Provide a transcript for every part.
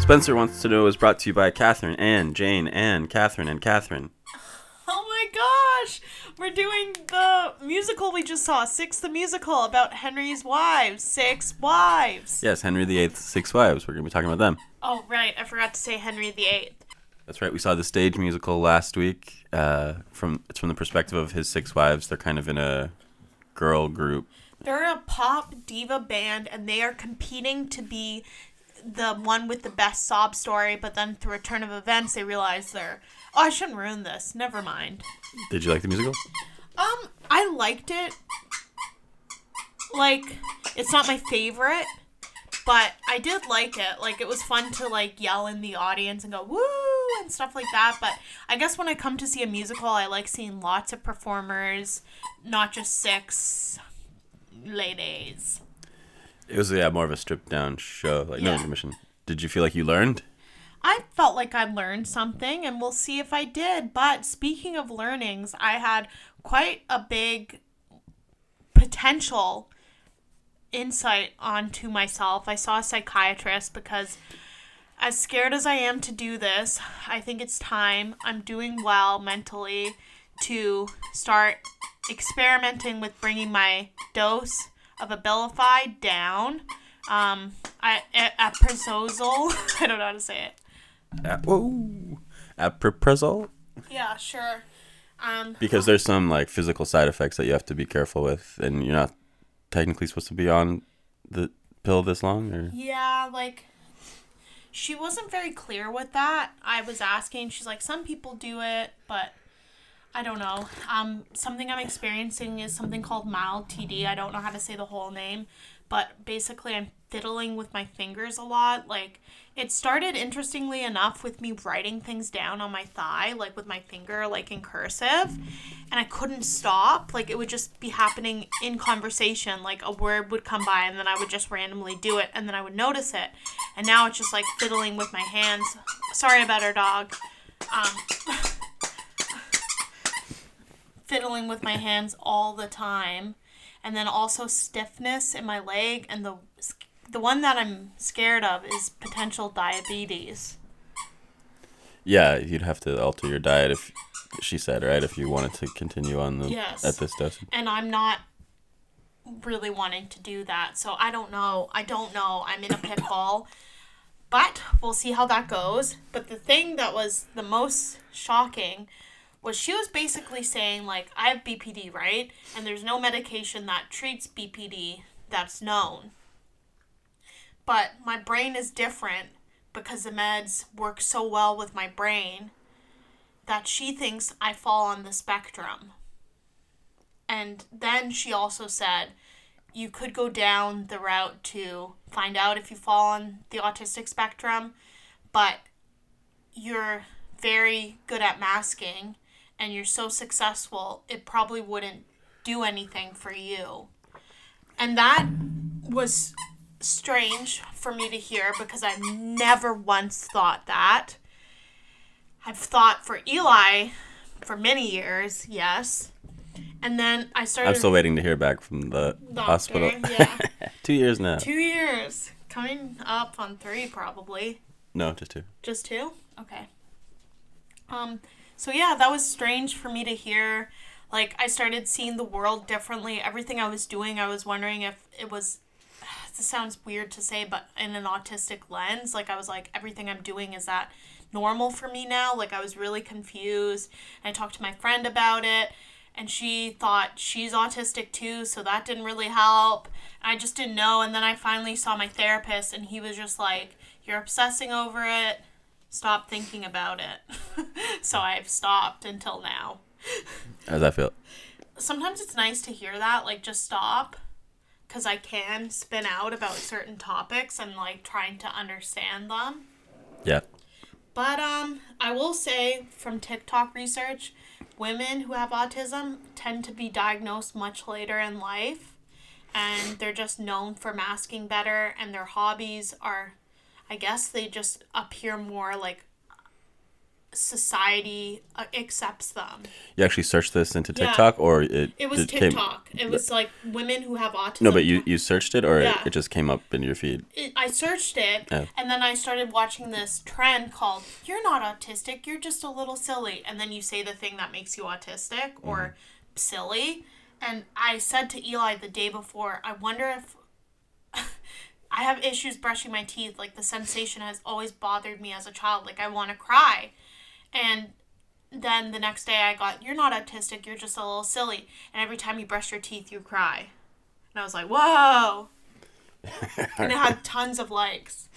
Spencer Wants to Know is brought to you by Catherine and Jane and Catherine and Catherine. Oh my gosh! We're doing the musical we just saw, Six the Musical, about Henry's wives. Six wives. Yes, Henry VIII's six wives. We're going to be talking about them. Oh, right. I forgot to say Henry VIII. That's right. We saw the stage musical last week. Uh, from it's from the perspective of his six wives. They're kind of in a girl group. They're a pop diva band and they are competing to be the one with the best sob story, but then through a turn of events, they realize they're. Oh, I shouldn't ruin this. Never mind. Did you like the musical? Um, I liked it. Like, it's not my favorite, but I did like it. Like, it was fun to like yell in the audience and go woo and stuff like that. But I guess when I come to see a musical, I like seeing lots of performers, not just six ladies. It was yeah more of a stripped down show. Like no Yeah. intermission. Did you feel like you learned? I felt like I learned something, and we'll see if I did. But speaking of learnings, I had quite a big potential insight onto myself. I saw a psychiatrist because, as scared as I am to do this, I think it's time. I'm doing well mentally to start experimenting with bringing my dose of Abilify down. Um, I, a- aprozozole. I don't know how to say it. Uh, whoa. Aproprisol? Yeah, sure. Um, Because there's some like physical side effects that you have to be careful with, and you're not technically supposed to be on the pill this long. Or yeah, like she wasn't very clear with that. I was asking, she's like, some people do it, but I don't know. Um, something I'm experiencing is something called mild TD. I don't know how to say the whole name, but basically, I'm fiddling with my fingers a lot. Like, it started interestingly enough with me writing things down on my thigh, like with my finger, like in cursive, and I couldn't stop. Like, it would just be happening in conversation. Like, a word would come by, and then I would just randomly do it, and then I would notice it. And now it's just like fiddling with my hands. Sorry about our dog. Um, fiddling with my hands all the time and then also stiffness in my leg and the the one that I'm scared of is potential diabetes. yeah, you'd have to alter your diet if she said right if you wanted to continue on the Yes. at this dose. And I'm not really wanting to do that. So I don't know. I don't know. I'm in a pickle. But we'll see how that goes. But the thing that was the most shocking was she was basically saying like I have BPD, right? And there's no medication that treats BPD that's known. But my brain is different because the meds work so well with my brain that she thinks I fall on the spectrum. And then she also said, you could go down the route to find out if you fall on the autistic spectrum, but you're very good at masking and you're so successful, it probably wouldn't do anything for you. And that was strange for me to hear because I've never once thought that. I've thought for Eli for many years, yes. And then I started I'm still waiting to hear back from the doctor, hospital. yeah. two years now. Two years. Coming up on three, probably. No, just two. Just two? Okay. Um, so yeah, that was strange for me to hear. Like, I started seeing the world differently. Everything I was doing, I was wondering if it was. This sounds weird to say, but in an autistic lens, like, I was like, everything I'm doing is that normal for me now? Like, I was really confused. And I talked to my friend about it, and she thought she's autistic too, so that didn't really help. I just didn't know. And then I finally saw my therapist, and he was just like, You're obsessing over it stop thinking about it. so I've stopped until now. How does that feel? Sometimes it's nice to hear that, like just stop, because I can spin out about certain topics and like trying to understand them. Yeah. But um, I will say from TikTok research, women who have autism tend to be diagnosed much later in life, and they're just known for masking better, and their hobbies are, I guess they just appear more like society uh, accepts them. You actually searched this into Yeah. TikTok, or it It was came- TikTok. It was like women who have autism. no, but you you searched it, or Yeah. it, it just came up in your feed. it, I searched it, Oh. and then I started watching this trend called "You're not autistic. You're just a little silly." And then you say the thing that makes you autistic or silly. And I said to Eli the day before, I wonder if I have issues brushing my teeth. Like the sensation has always bothered me as a child. Like I want to cry, and then the next day I got, "You're not autistic. You're just a little silly." And every time you brush your teeth, you cry. And I was like, "Whoa." and it had tons of likes.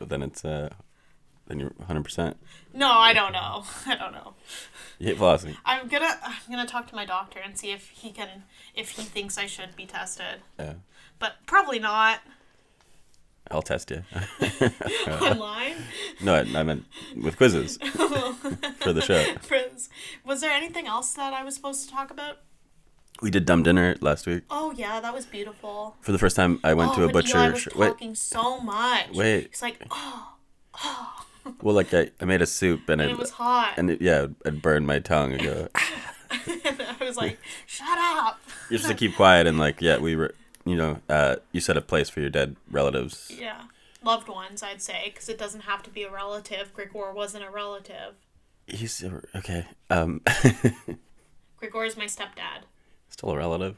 Then it's uh, then you're 100 percent. No, I don't know. I don't know. You hate velocity. I'm gonna I'm gonna talk to my doctor and see if he can if he thinks I should be tested. Yeah. But probably not I'll test you. online. no, I, I meant with quizzes for the show. Friends, was there anything else that I was supposed to talk about? We did dumb dinner last week. Oh yeah, that was beautiful. For the first time, I went oh, to a but butcher. Eli was sh- wait, talking so much. Wait. It's like oh, well, like I, I made a soup and, and I, it was hot. And and it, yeah, I'd burn my tongue and go. I was like, shut up. You're just to keep quiet and like yeah, we were. You know, uh, you set a place for your dead relatives. Yeah. Loved ones, I'd say, because it doesn't have to be a relative. Grigor wasn't a relative. He's uh, okay. Um, Grigor is my stepdad. still a relative.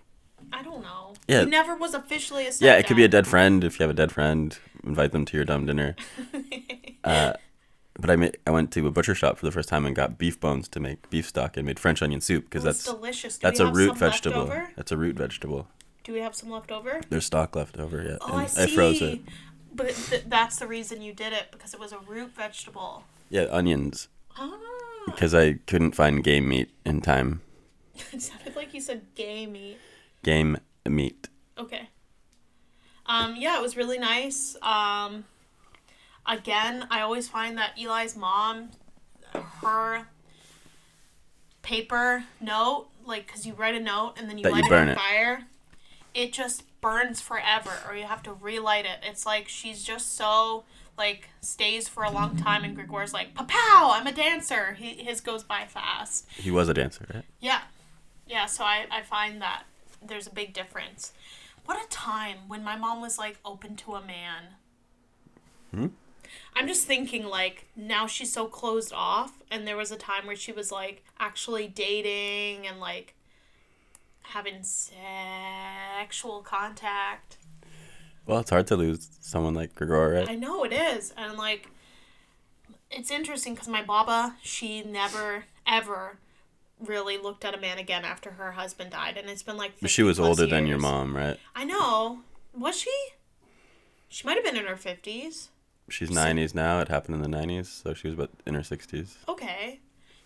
I don't know. Yeah. He never was officially a stepdad. Yeah, it could be a dead friend if you have a dead friend. Invite them to your dumb dinner. uh, but I made, I went to a butcher shop for the first time and got beef bones to make beef stock and made French onion soup because It was that's delicious. Do that's we a have root some vegetable. Left over? That's a root vegetable. Do we have some left over? There's stock left over. Yeah, Oh, I see. froze it. But th- that's the reason you did it because it was a root vegetable. Yeah, onions Ah, because I couldn't find game meat in time. it sounded like you said gay meat. Game meat. Okay. Um, yeah, it was really nice. Um, again, I always find that Eli's mom, her paper note, like, because you write a note and then you That you light it burn on it. fire, it just burns forever, or you have to relight it. It's like she's just so, like, stays for a long time, and Grigor's like, Papow, I'm a dancer. He, his goes by fast. He was a dancer, right? Yeah. Yeah, so I, I find that there's a big difference. What a time when my mom was like open to a man. I'm just thinking like now she's so closed off and there was a time where she was like actually dating and like having sexual contact. Well, it's hard to lose someone like Gregor, right? I know it is. And like, it's interesting because my baba, she never, ever really looked at a man again after her husband died. And it's been like. But she was 50 plus older than your years. mom, right? I know. Was she? She might have been in her 50s. She's 90s now. It happened in the 90s, so she was about in her 60s. Okay.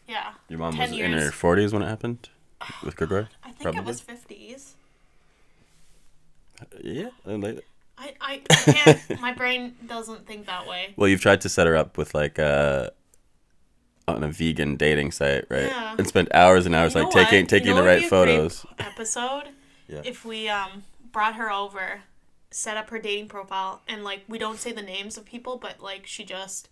Yeah. Your mom 10 was in her years. 40s when it happened with Gregor? I think it was 50s. Yeah. and like- I, I, I can't. my brain doesn't think that way. Well, you've tried to set her up with like a. On a vegan dating site, right? Yeah. And spent hours and hours You like know taking what? taking You know the what would right be a great photos. Episode. Yeah. If we um brought her over, set up her dating profile, and like we don't say the names of people, but like she just,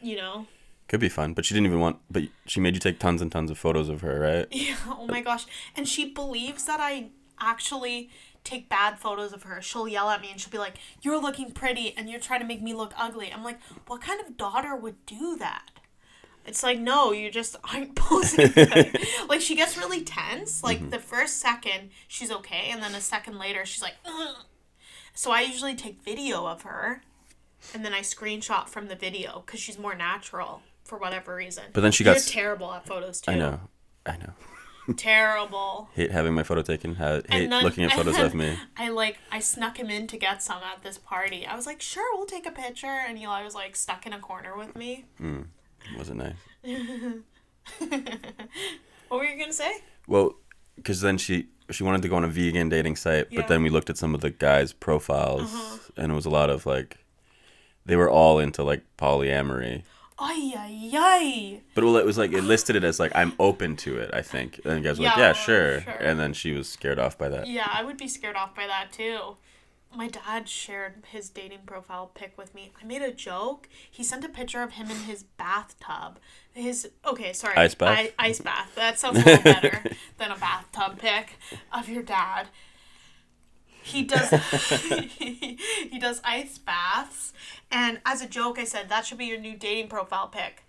you know, Could be fun, but she didn't even want. But she made you take tons and tons of photos of her, right? yeah, oh my gosh, and she believes that I actually take bad photos of her. She'll yell at me and she'll be like, "You're looking pretty, and you're trying to make me look ugly." I'm like, what kind of daughter would do that? It's like, no, you just aren't posing. right. like, she gets really tense. Mm-hmm. Like, the first second, she's okay. And then a second later, she's like, Ugh. So I usually take video of her and then I screenshot from the video because she's more natural for whatever reason. But then she You're got s- terrible at photos, too. I know, I know. Terrible. Hate having my photo taken. ha- Hate then- looking at and photos then of me. I like I snuck him in to get some at this party. I was like, sure, we'll take a picture, and Eli was like stuck in a corner with me. Wasn't nice. What were you gonna say? Well, because then she she wanted to go on a vegan dating site, Yeah. Uh-huh. but then we looked at some of the guys' profiles, and it was a lot of like, they were all into like polyamory. Ay ay ay. But well, it was like it listed it as like I'm open to it. I think, and the guys were like, Yeah, yeah, sure. sure. And then she was scared off by that. Yeah, I would be scared off by that too. my dad shared his dating profile pic with me. I made a joke. He sent a picture of him in his bathtub. His okay, sorry, Ice bath? I, ice bath. That sounds a little better than a bathtub pic of your dad. He does he, does ice baths, and as a joke, I said that should be your new dating profile pic.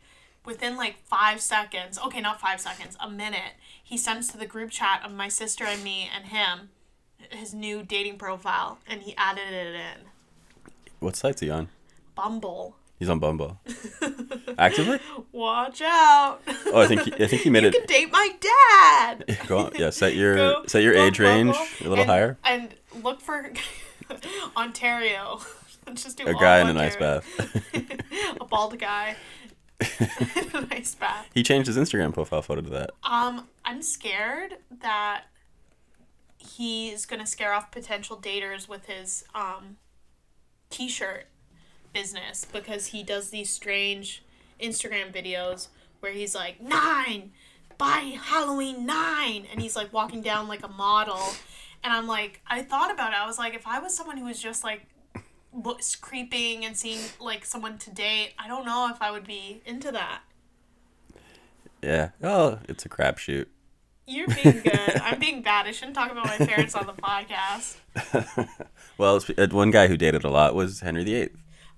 Within like five seconds, okay, not five seconds, a minute, he sends to the group chat of my sister and me and him his new dating profile and he added it in What site's he on? Bumble. He's on Bumble. Actively? Watch out. Oh, I think he, I think he made you it. can date my dad. Go on. Yeah, set your Go- set your go age range Bumble a little and- higher. And look for Ontario. Let's just do A all guy in an ice Ontario. bath. a bald guy. in an ice bath. he changed his Instagram profile photo to that. Um, I'm scared that he's gonna scare off potential daters with his um t-shirt business because he does these strange Instagram videos where he's like nine by Halloween nine and he's like walking down like a model and I'm like I thought about it I was like if I was someone who was just like looks creeping and seeing like someone to date I don't know if I would be into that Yeah. Oh, it's a crapshoot. You're being good. I'm being bad. I shouldn't talk about my parents on the podcast. Well, it's, uh, one guy who dated a lot was Henry VIII.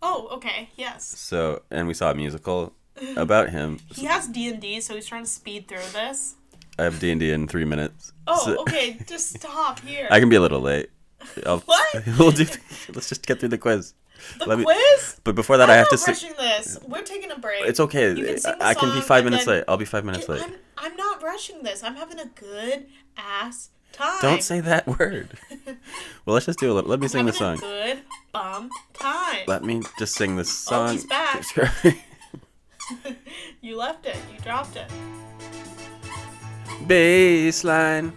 Oh, okay. Yes. So, and we saw a musical about him. He has D&D, so he's trying to speed through this. I have D and D in three minutes. Oh, So- okay. Just stop here. I can be a little late. I'll, What? We'll do. Let's just get through the quiz. the let me- quiz? But before that, I'm I have not to. Sing, rushing this. We're taking a break. it's okay. You can sing the I, I can be song five and minutes then- late. I'll be five minutes late. I'm, I'm not rushing this. I'm having a good ass time. Don't say that word. well, let's just do a little. Let me sing having the song. a good bum time. Let me just sing this Oh, song. he's back. you left it. You dropped it. Baseline.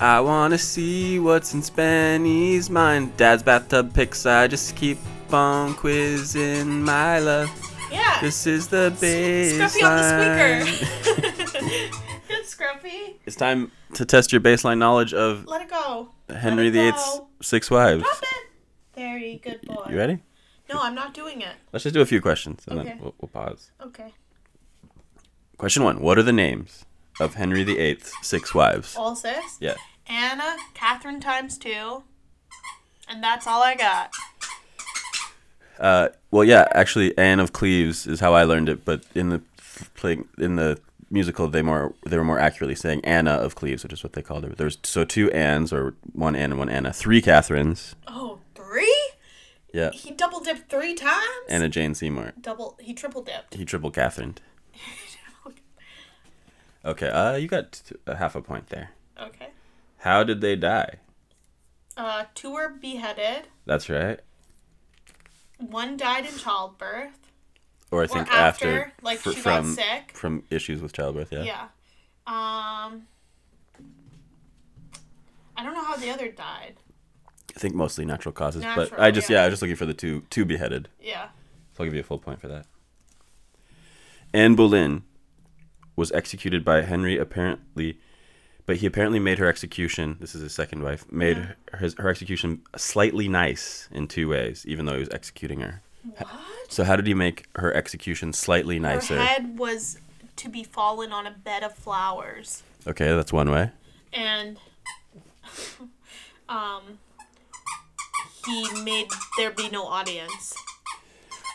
I wanna see what's in Spenny's mind. Dad's bathtub pics. I just keep on quizzing my love. Yeah. This is the Scruffy baseline. on the squeaker. Good Scruffy. It's time to test your baseline knowledge of Let it go. Henry Let it VIII's go. six wives. Drop it. Very good boy. You ready? No, I'm not doing it. Let's just do a few questions and Okay. then we'll, we'll pause. Okay. Question one What are the names of Henry VIII's six wives? All six. Yeah. Anna, Catherine times two. And that's all I got. Uh, well, yeah, actually, Anne of Cleves is how I learned it, but in the playing in the musical, they more they were more accurately saying Anna of Cleves, which is what they called her. There's so two Annes, or one Anne and one Anna, three Catherines. Oh, three? Yeah, He double dipped three times? and a Jane Seymour. double he triple dipped. He triple Catherine. Okay, uh, you got t- a half a point there. okay. How did they die? Uh two were beheaded. That's right. One died in childbirth. Or I Or think after, after, like fr- she got from sick. from issues with childbirth. Yeah. Yeah. Um I don't know how the other died. I think mostly natural causes, but Natural, I just yeah. yeah. I was just looking for the two two beheaded. Yeah. So I'll give you a full point for that. Anne Boleyn was executed by Henry apparently, but he apparently made her execution. This is his second wife. Made her, his, her execution slightly nice in two ways, even though he was executing her. What? So how did he make her execution slightly Her nicer? head was to be fallen on a bed of flowers. Okay, that's one way. and um he made there be no audience.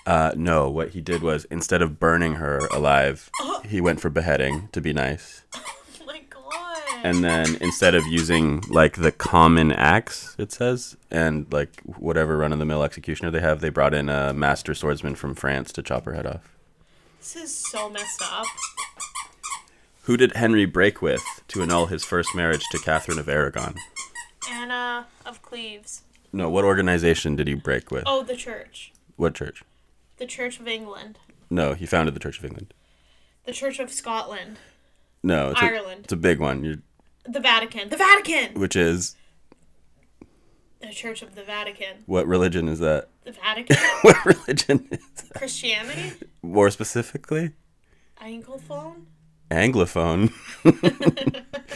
Uh, no, what he did was instead of burning her alive, he went for beheading to be nice. Oh my god. And then instead of using like the common axe, it says, and like whatever run of the mill executioner they have, they brought in a master swordsman from France to chop her head off. this is so messed up. Who did Henry break with to annul his first marriage to Catherine of Aragon? Anna of Cleves. No, what organization did he break with? Oh, the church. What church? The Church of England. No, he founded the Church of England. The Church of Scotland. No, it's a- Ireland. it's a big one, you The Vatican. The Vatican. which is The Church of the Vatican. what religion is that? The Vatican. what religion is that? Christianity. More specifically, Anglophone. Anglophone.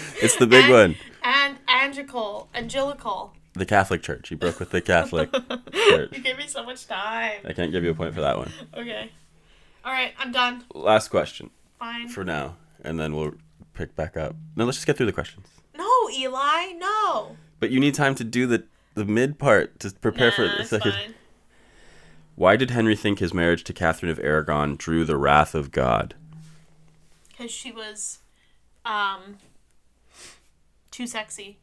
it's the big one. And angelical. Angelical. the Catholic Church. He broke with the Catholic Church. You gave me so much time. I can't give you a point for that one. Okay. All right, I'm done. Last question Fine. for now, and then we'll pick back up. No, let's just get through the questions. No, Eli, no. But you need time to do the the mid part to prepare for Nah, the it's second. fine. Why did Henry think his marriage to Catherine of Aragon drew the wrath of God? Because she was um, too sexy.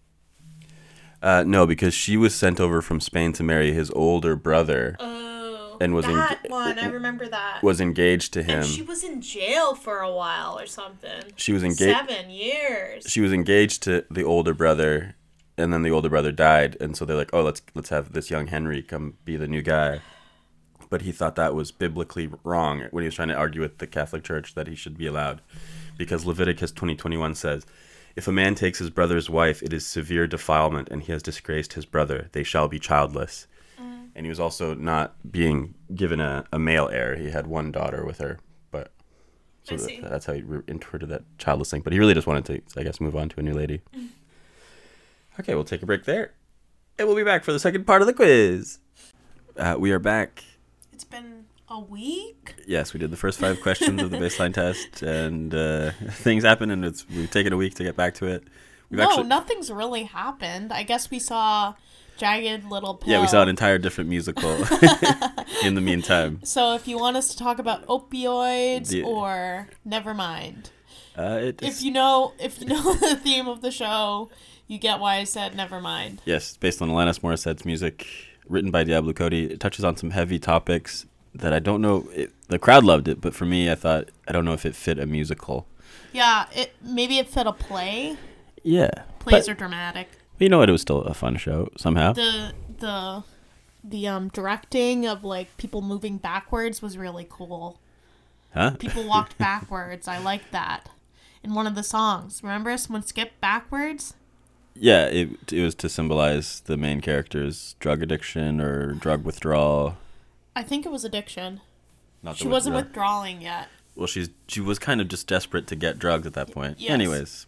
Uh, no, because she was sent over from Spain to marry his older brother, Oh. And was that enga- one. I remember that. was engaged to him. and she She, was in jail for a while or something. was engaged. Seven years. She was engaged to the older brother, and then the older brother died, and so they're like, "Oh, let's let's have this young Henry come be the new guy." But he thought that was biblically wrong when he was trying to argue with the Catholic Church that he should be allowed, because Leviticus twenty twenty one says. If a man takes his brother's wife, it is severe defilement, and he has disgraced his brother. They shall be childless. And he was also not being given a, a male heir. He had one daughter with her, but so I that- see. that's how he re- interpreted that childless thing. But he really just wanted to, I guess, move on to a new lady. okay, we'll take a break there, and we'll be back for the second part of the quiz. Uh, we are back. It's been a week. Yes, we did the first five questions of the baseline test, and uh, things happen, and it's we've taken a week to get back to it. We've No, nothing's really happened. I guess we saw Jagged Little Pill. Yeah, we saw an entire different musical in the meantime. So if you want us to talk about opioids The- or never mind. Uh, it If is, you know if you know the theme of the show, you get why I said never mind. yes, based on Alanis Morissette's music, written by Diablo Cody. It touches on some heavy topics that I don't know. It, the crowd loved it, but for me, I thought, I don't know if it fit a musical. Yeah, it maybe it fit a play. Yeah. Plays but, are dramatic. you know what? It was still a fun show somehow. The the the um directing of like people moving backwards was really cool. huh? People walked backwards. I liked that. In one of the songs, remember someone skipped backwards? Yeah, it, it was to symbolize the main character's drug addiction or drug withdrawal. I think it was addiction. Not She the wasn't withdrawal. withdrawing yet. Well, she's she was kind of just desperate to get drugs at that point. yes. Anyways,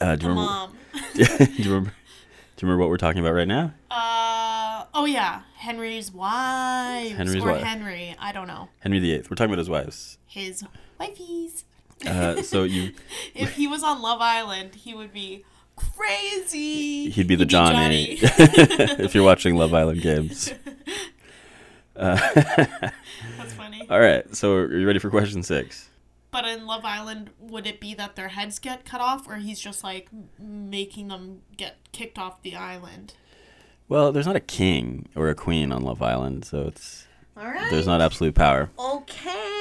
uh, do you remember? Mom. do you remember? Do you remember what we're talking about right now? Uh oh yeah, Henry's wives Henry's or wife. Henry, I don't know. Henry VIII. We're talking about his wives. His wifeys. Uh, so you, If he was on Love Island, he would be crazy. he'd be the Johnny, if you're watching Love Island games. That's funny. All right. So are you ready for question six? But in Love Island, would it be that their heads get cut off, or he's just like m- making them get kicked off the island? Well, there's not a king or a queen on Love Island, so it's All right. there's not absolute power. okay.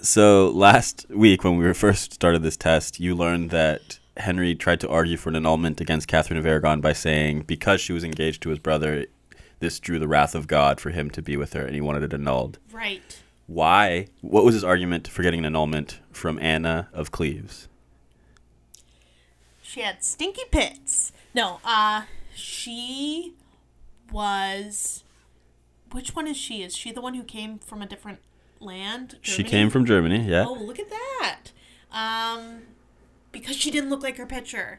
So last week, when we were first started this test, you learned that Henry tried to argue for an annulment against Catherine of Aragon by saying because she was engaged to his brother, this drew the wrath of God for him to be with her, and he wanted it annulled. Right. Why? What was his argument for getting an annulment from Anna of Cleves? She had stinky pits. No, uh she was which one is she? Is she the one who came from a different land? She Germany? came from Germany, yeah. Oh, look at that. Um because she didn't look like her picture.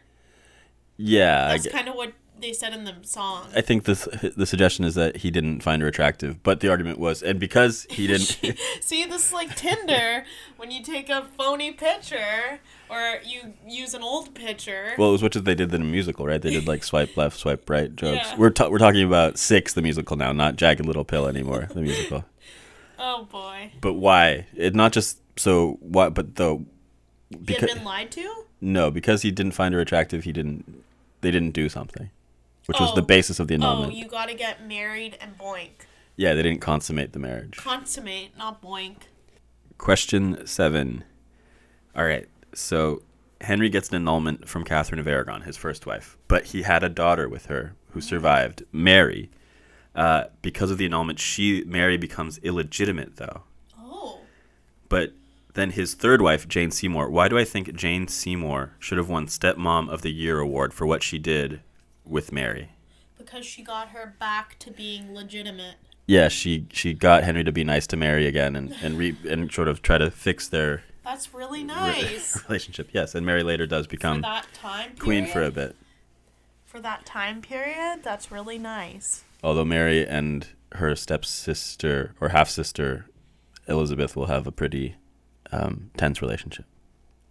yeah, I, That's g- kind of what they said in the song. I think this, the suggestion is that he didn't find her attractive, but the argument was, and because he didn't. See, this is like Tinder when you take a phony picture or you use an old picture. Well, it was what they did in a musical, right? They did like swipe left, swipe right jokes. Yeah. We're ta- we're talking about Six, the musical now, not Jagged Little Pill anymore, the musical. oh boy. But why? It not just so why, but the He because had been lied to? no, because he didn't find her attractive. He didn't. They didn't do something, which was the Oh. basis of the Oh, annulment. you got to get married and boink. yeah, they didn't consummate the marriage. Consummate, not boink. Question seven. All right. So Henry gets an annulment from Catherine of Aragon, his first wife, but he had a daughter with her who survived, Mary. Uh, because of the annulment, she Mary becomes illegitimate, though. Oh. But then his third wife, Jane Seymour. Why do I think Jane Seymour should have won Stepmom of the Year award for what she did with Mary? Because she got her back to being legitimate. Yeah, she she got Henry to be nice to Mary again and and re, and sort of try to fix their That's really re- nice. relationship. Yes, and Mary later does become for that time. queen period. for a bit. for that time period. That's really nice. Although Mary and her stepsister or half sister Elizabeth will have a pretty um, tense relationship.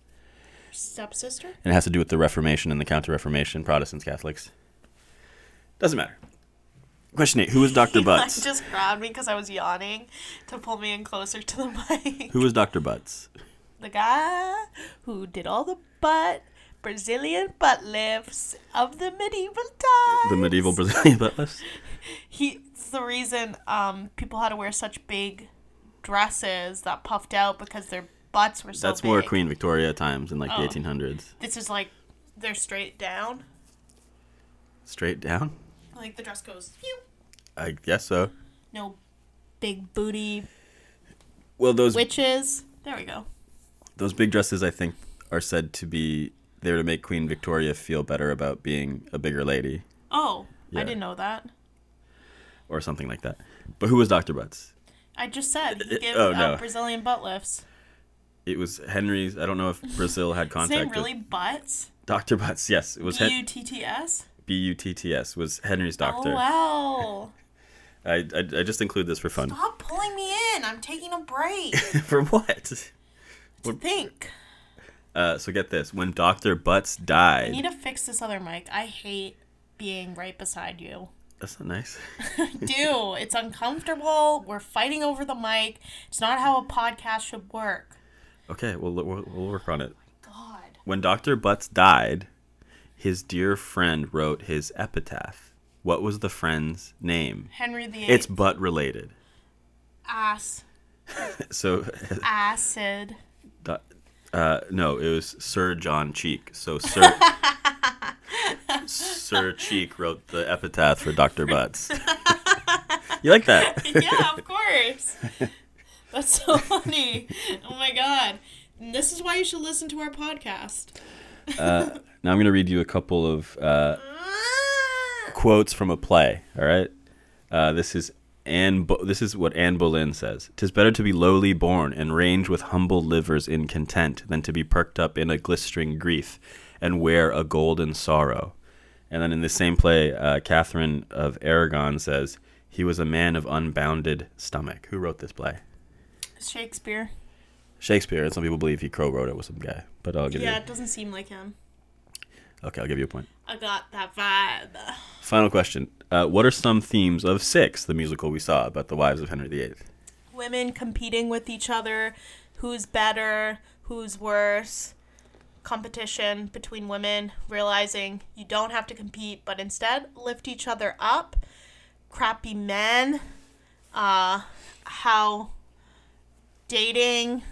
Stepsister? And it has to do with the Reformation and the Counter Reformation, Protestants, Catholics. Doesn't matter. Question eight Who was Dr. Butts? He just grabbed me because I was yawning to pull me in closer to the mic. Who was Dr. Butts? The guy who did all the butt Brazilian butt lifts of the medieval times. The medieval Brazilian butt lifts? He, it's the reason um, people had to wear such big dresses that puffed out because their butts were so That's big. more Queen Victoria times in like Oh. the 1800s. This is like they're straight down. Straight down? Like the dress goes, phew. I guess so. no big booty Well, those witches. There we go. those big dresses, I think, are said to be there to make Queen Victoria feel better about being a bigger lady Oh, Yeah. I didn't know that. or something like that. But who was Dr. Butts? I just said he Uh, gave oh, uh, no. Brazilian butt lifts. It was Henry's. I don't know if Brazil had His contact. name really butts. Dr. Butts, yes. It was B Hen- U T T S. B U T T S, was Henry's Oh doctor. wow! I, I, I just include this for fun. Stop pulling me in. I'm taking a break for what? to think. Uh, so get this. When Dr. Butts I died. need to fix this other mic. I hate being right beside you. That's not nice. I do. It's uncomfortable. We're fighting over the mic. It's not how a podcast should work. Okay, we'll, we'll, we'll work on it. God. When Dr. Butts died, his dear friend wrote his epitaph. What was the friend's name? Henry the It's Eighth. butt related. ass So, acid. do- uh, no, it was Sir John Cheek. So, Sir. Sir Cheek wrote the epitaph for Dr. Butts. you like that? yeah, of course. That's so funny. Oh my god. And this is why you should listen to our podcast. Now I'm going to read you a couple of uh, quotes from a play. All right, uh, this is Anne. Bo- this is what Anne Boleyn says: "Tis better to be lowly born and range with humble livers in content than to be perked up in a glistering grief and wear a golden sorrow." And then in the same play, uh, Catherine of Aragon says, "He was a man of unbounded stomach." Who wrote this play? Shakespeare. Shakespeare, and some people believe he co-wrote it with some guy, but I'll give Yeah, it doesn't seem like him. you. Okay, I'll give you a point. I got that vibe. Final question: uh, What are some themes of Six, the musical we saw about the wives of Henry VIII? Women competing with each other, who's better, who's worse, competition between women, realizing you don't have to compete, but instead lift each other up. Crappy men, uh, how dating,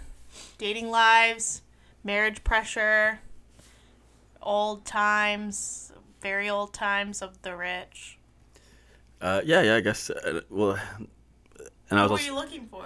dating lives, marriage pressure, old times, very old times of the rich. Uh, yeah, yeah, I guess. Uh, well, and I was What were also you looking for?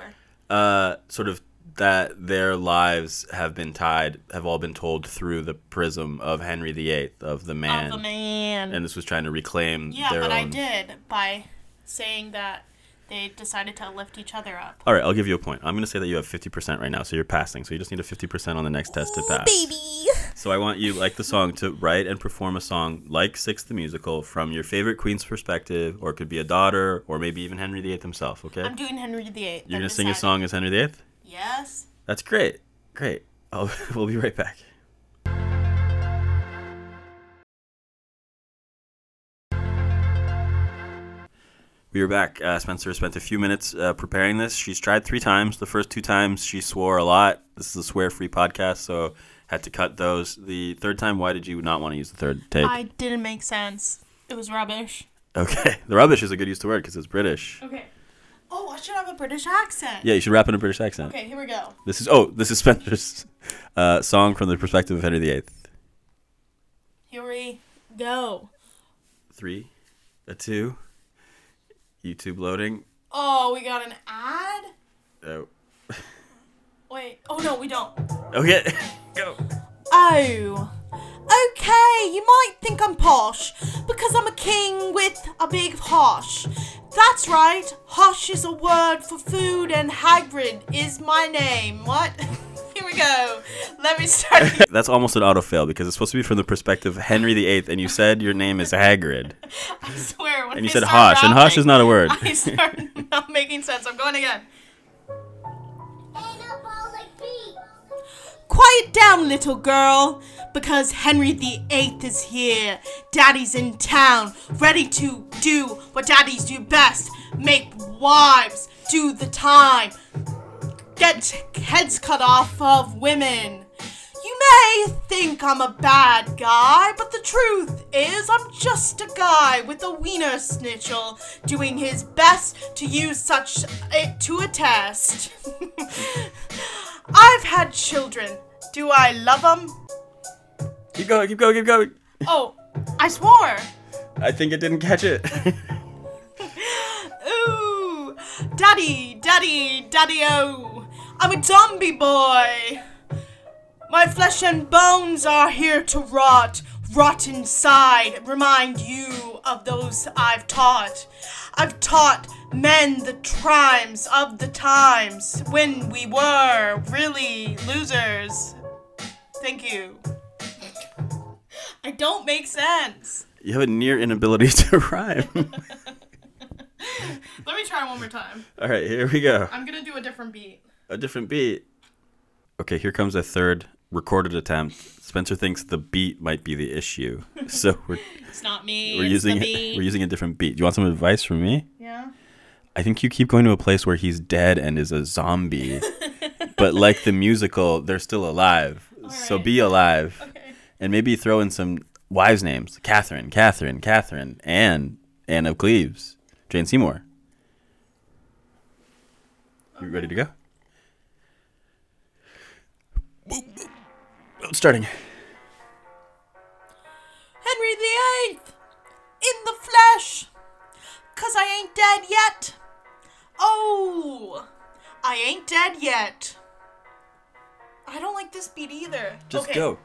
uh, sort of that their lives have been tied, have all been told through the prism of Henry VIII, of the man, Of a man. and this was trying to reclaim Yeah, their but own. I did by saying that they decided to lift each other up. All right, I'll give you a point. I'm gonna say that you have 50% right now, so you're passing. So you just need a 50% on the next test to pass. oh, baby. So I want you, like the song, to write and perform a song like Six the Musical from your favorite queen's perspective, or it could be a daughter, or maybe even Henry VIII himself, okay? I'm doing Henry VIII. You're going I to sing a decided. song as Henry VIII? Yes. That's great. Great. I'll, we'll be right back. We are back. Uh, Spencer spent a few minutes uh, preparing this. She's tried three times. The first two times she swore a lot. This is a swear-free podcast, so had to cut those. The third time, why did you not want to use the third tape? I didn't make sense. It was rubbish. okay, the rubbish is a good use to word because it's British. Okay. Oh, I should have a British accent. Yeah, you should rap in a British accent. Okay, here we go. This is oh, this is Spencer's uh, song from the perspective of Henry VIII. Here we go. three, a two. YouTube loading. Oh, we got an ad? Oh. Wait. Oh, no, we don't. Okay, go. Oh. Okay, you might think I'm posh because I'm a king with a big hosh. That's right, hosh is a word for food and Hagrid is my name. What? Here we go. Let me start. again. That's almost an auto fail because it's supposed to be from the perspective of Henry VIII, and you said your name is Hagrid, I swear. When and you I said start Hosh, and Hosh is rhyming, not a word. I start not making sense. I'm going again. Quiet down, little girl, because Henry VIII is here. Daddy's in town, ready to do what daddies do best make wives, do the time, get heads cut off of women. You may think I'm a bad guy, but the truth is I'm just a guy with a wiener snitchel doing his best to use such it to a test. I've had children. Do I love them? keep going, keep going, keep going. Oh, I swore. I think it didn't catch it. Ooh, daddy, daddy, daddy oh, I'm a zombie boy. My flesh and bones are here to rot, rot inside, remind you of those I've taught. I've taught men the crimes of the times when we were really losers. Thank you. I don't make sense. you have a near inability to rhyme. Let me try one more time. All right, here we go. I'm gonna do a different beat. A different beat. Okay, here comes a third recorded attempt. Spencer thinks the beat might be the issue, so we're, It's not me. we're it's using the it, bee. we're using a different beat. Do you want some advice from me? yeah. I think you keep going to a place where he's dead and is a zombie, but like the musical, they're still alive. So right. be alive, Okay. and maybe throw in some wives' names: Catherine, Catherine, Catherine, Anne, Anne of Cleves, Jane Seymour. You ready to go? Starting. Henry VIII in the flesh, 'cause I ain't dead yet. Oh, I ain't dead yet. I don't like this beat either. Just Okay. go.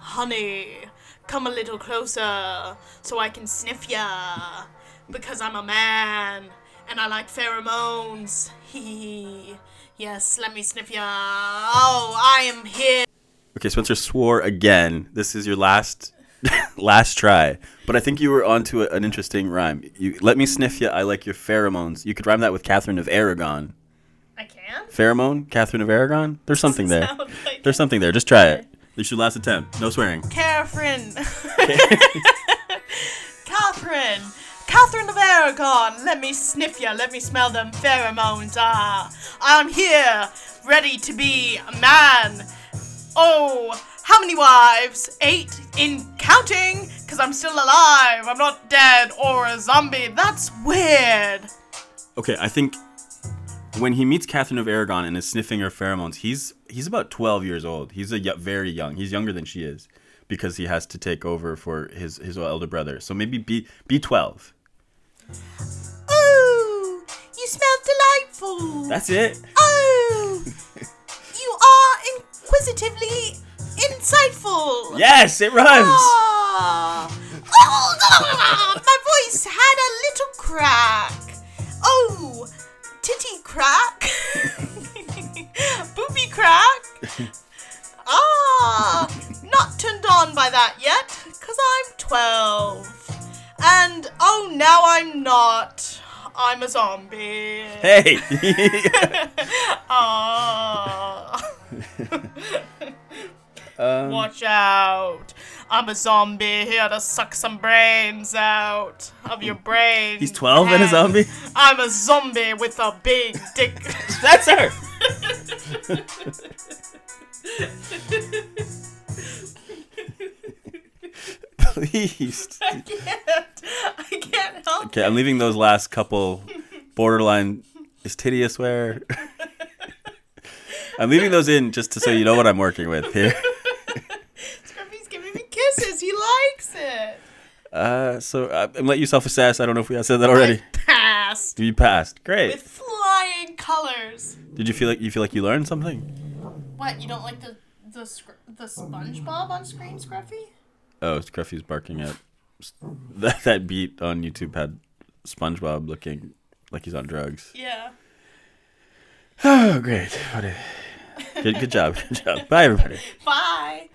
Honey, come a little closer so I can sniff ya. Because I'm a man and I like pheromones. Hee. yes, let me sniff ya. Oh, I am here. Okay, Spencer swore again. This is your last last try. But I think you were onto a, an interesting rhyme. You let me sniff you. I like your pheromones. You could rhyme that with Catherine of Aragon. I can? Pheromone, Catherine of Aragon. There's something there. Sound like- There's something there. Just try it. This is your last attempt. No swearing. Catherine. Catherine. Catherine of Aragon. Let me sniff ya. Let me smell them pheromones. Ah, I'm here, ready to be a man. Oh, how many wives? Eight in counting? Because I'm still alive. I'm not dead or a zombie. That's weird. Okay, I think when he meets Catherine of Aragon and is sniffing her pheromones, he's he's about 12 years old. He's a y- very young. He's younger than she is because he has to take over for his his elder brother. So maybe be be 12. Oh, you smell delightful. That's it. Oh, you are inquisitively insightful. Yes, it rhymes. Ah. Oh, my voice had a little crack. Oh, titty crack. Booby crack. Ah, not turned on by that yet, because I'm 12. And oh, now I'm not. I'm a zombie. Hey. Ah. Um, Watch out. I'm a zombie here to suck some brains out of your brain. He's 12 and a zombie? I'm a zombie with a big dick. That's her. Please. I can't. I can't help Okay, I'm leaving those last couple borderline is titty a swear. I'm leaving those in just to say you know what I'm working with here. it. Scruffy's giving me kisses. He likes it. Uh, so uh, and let yourself assess. I don't know if we said that already. Passed. You passed. Great. With flying colors. Did you feel like you feel like you learned something? What, you don't like the the, scr- the SpongeBob on screen, Scruffy? Oh, Scruffy's barking at that that beat on YouTube had SpongeBob looking like he's on drugs. Yeah. Oh, great. What a, good, good job. Good job. Bye, everybody. Bye.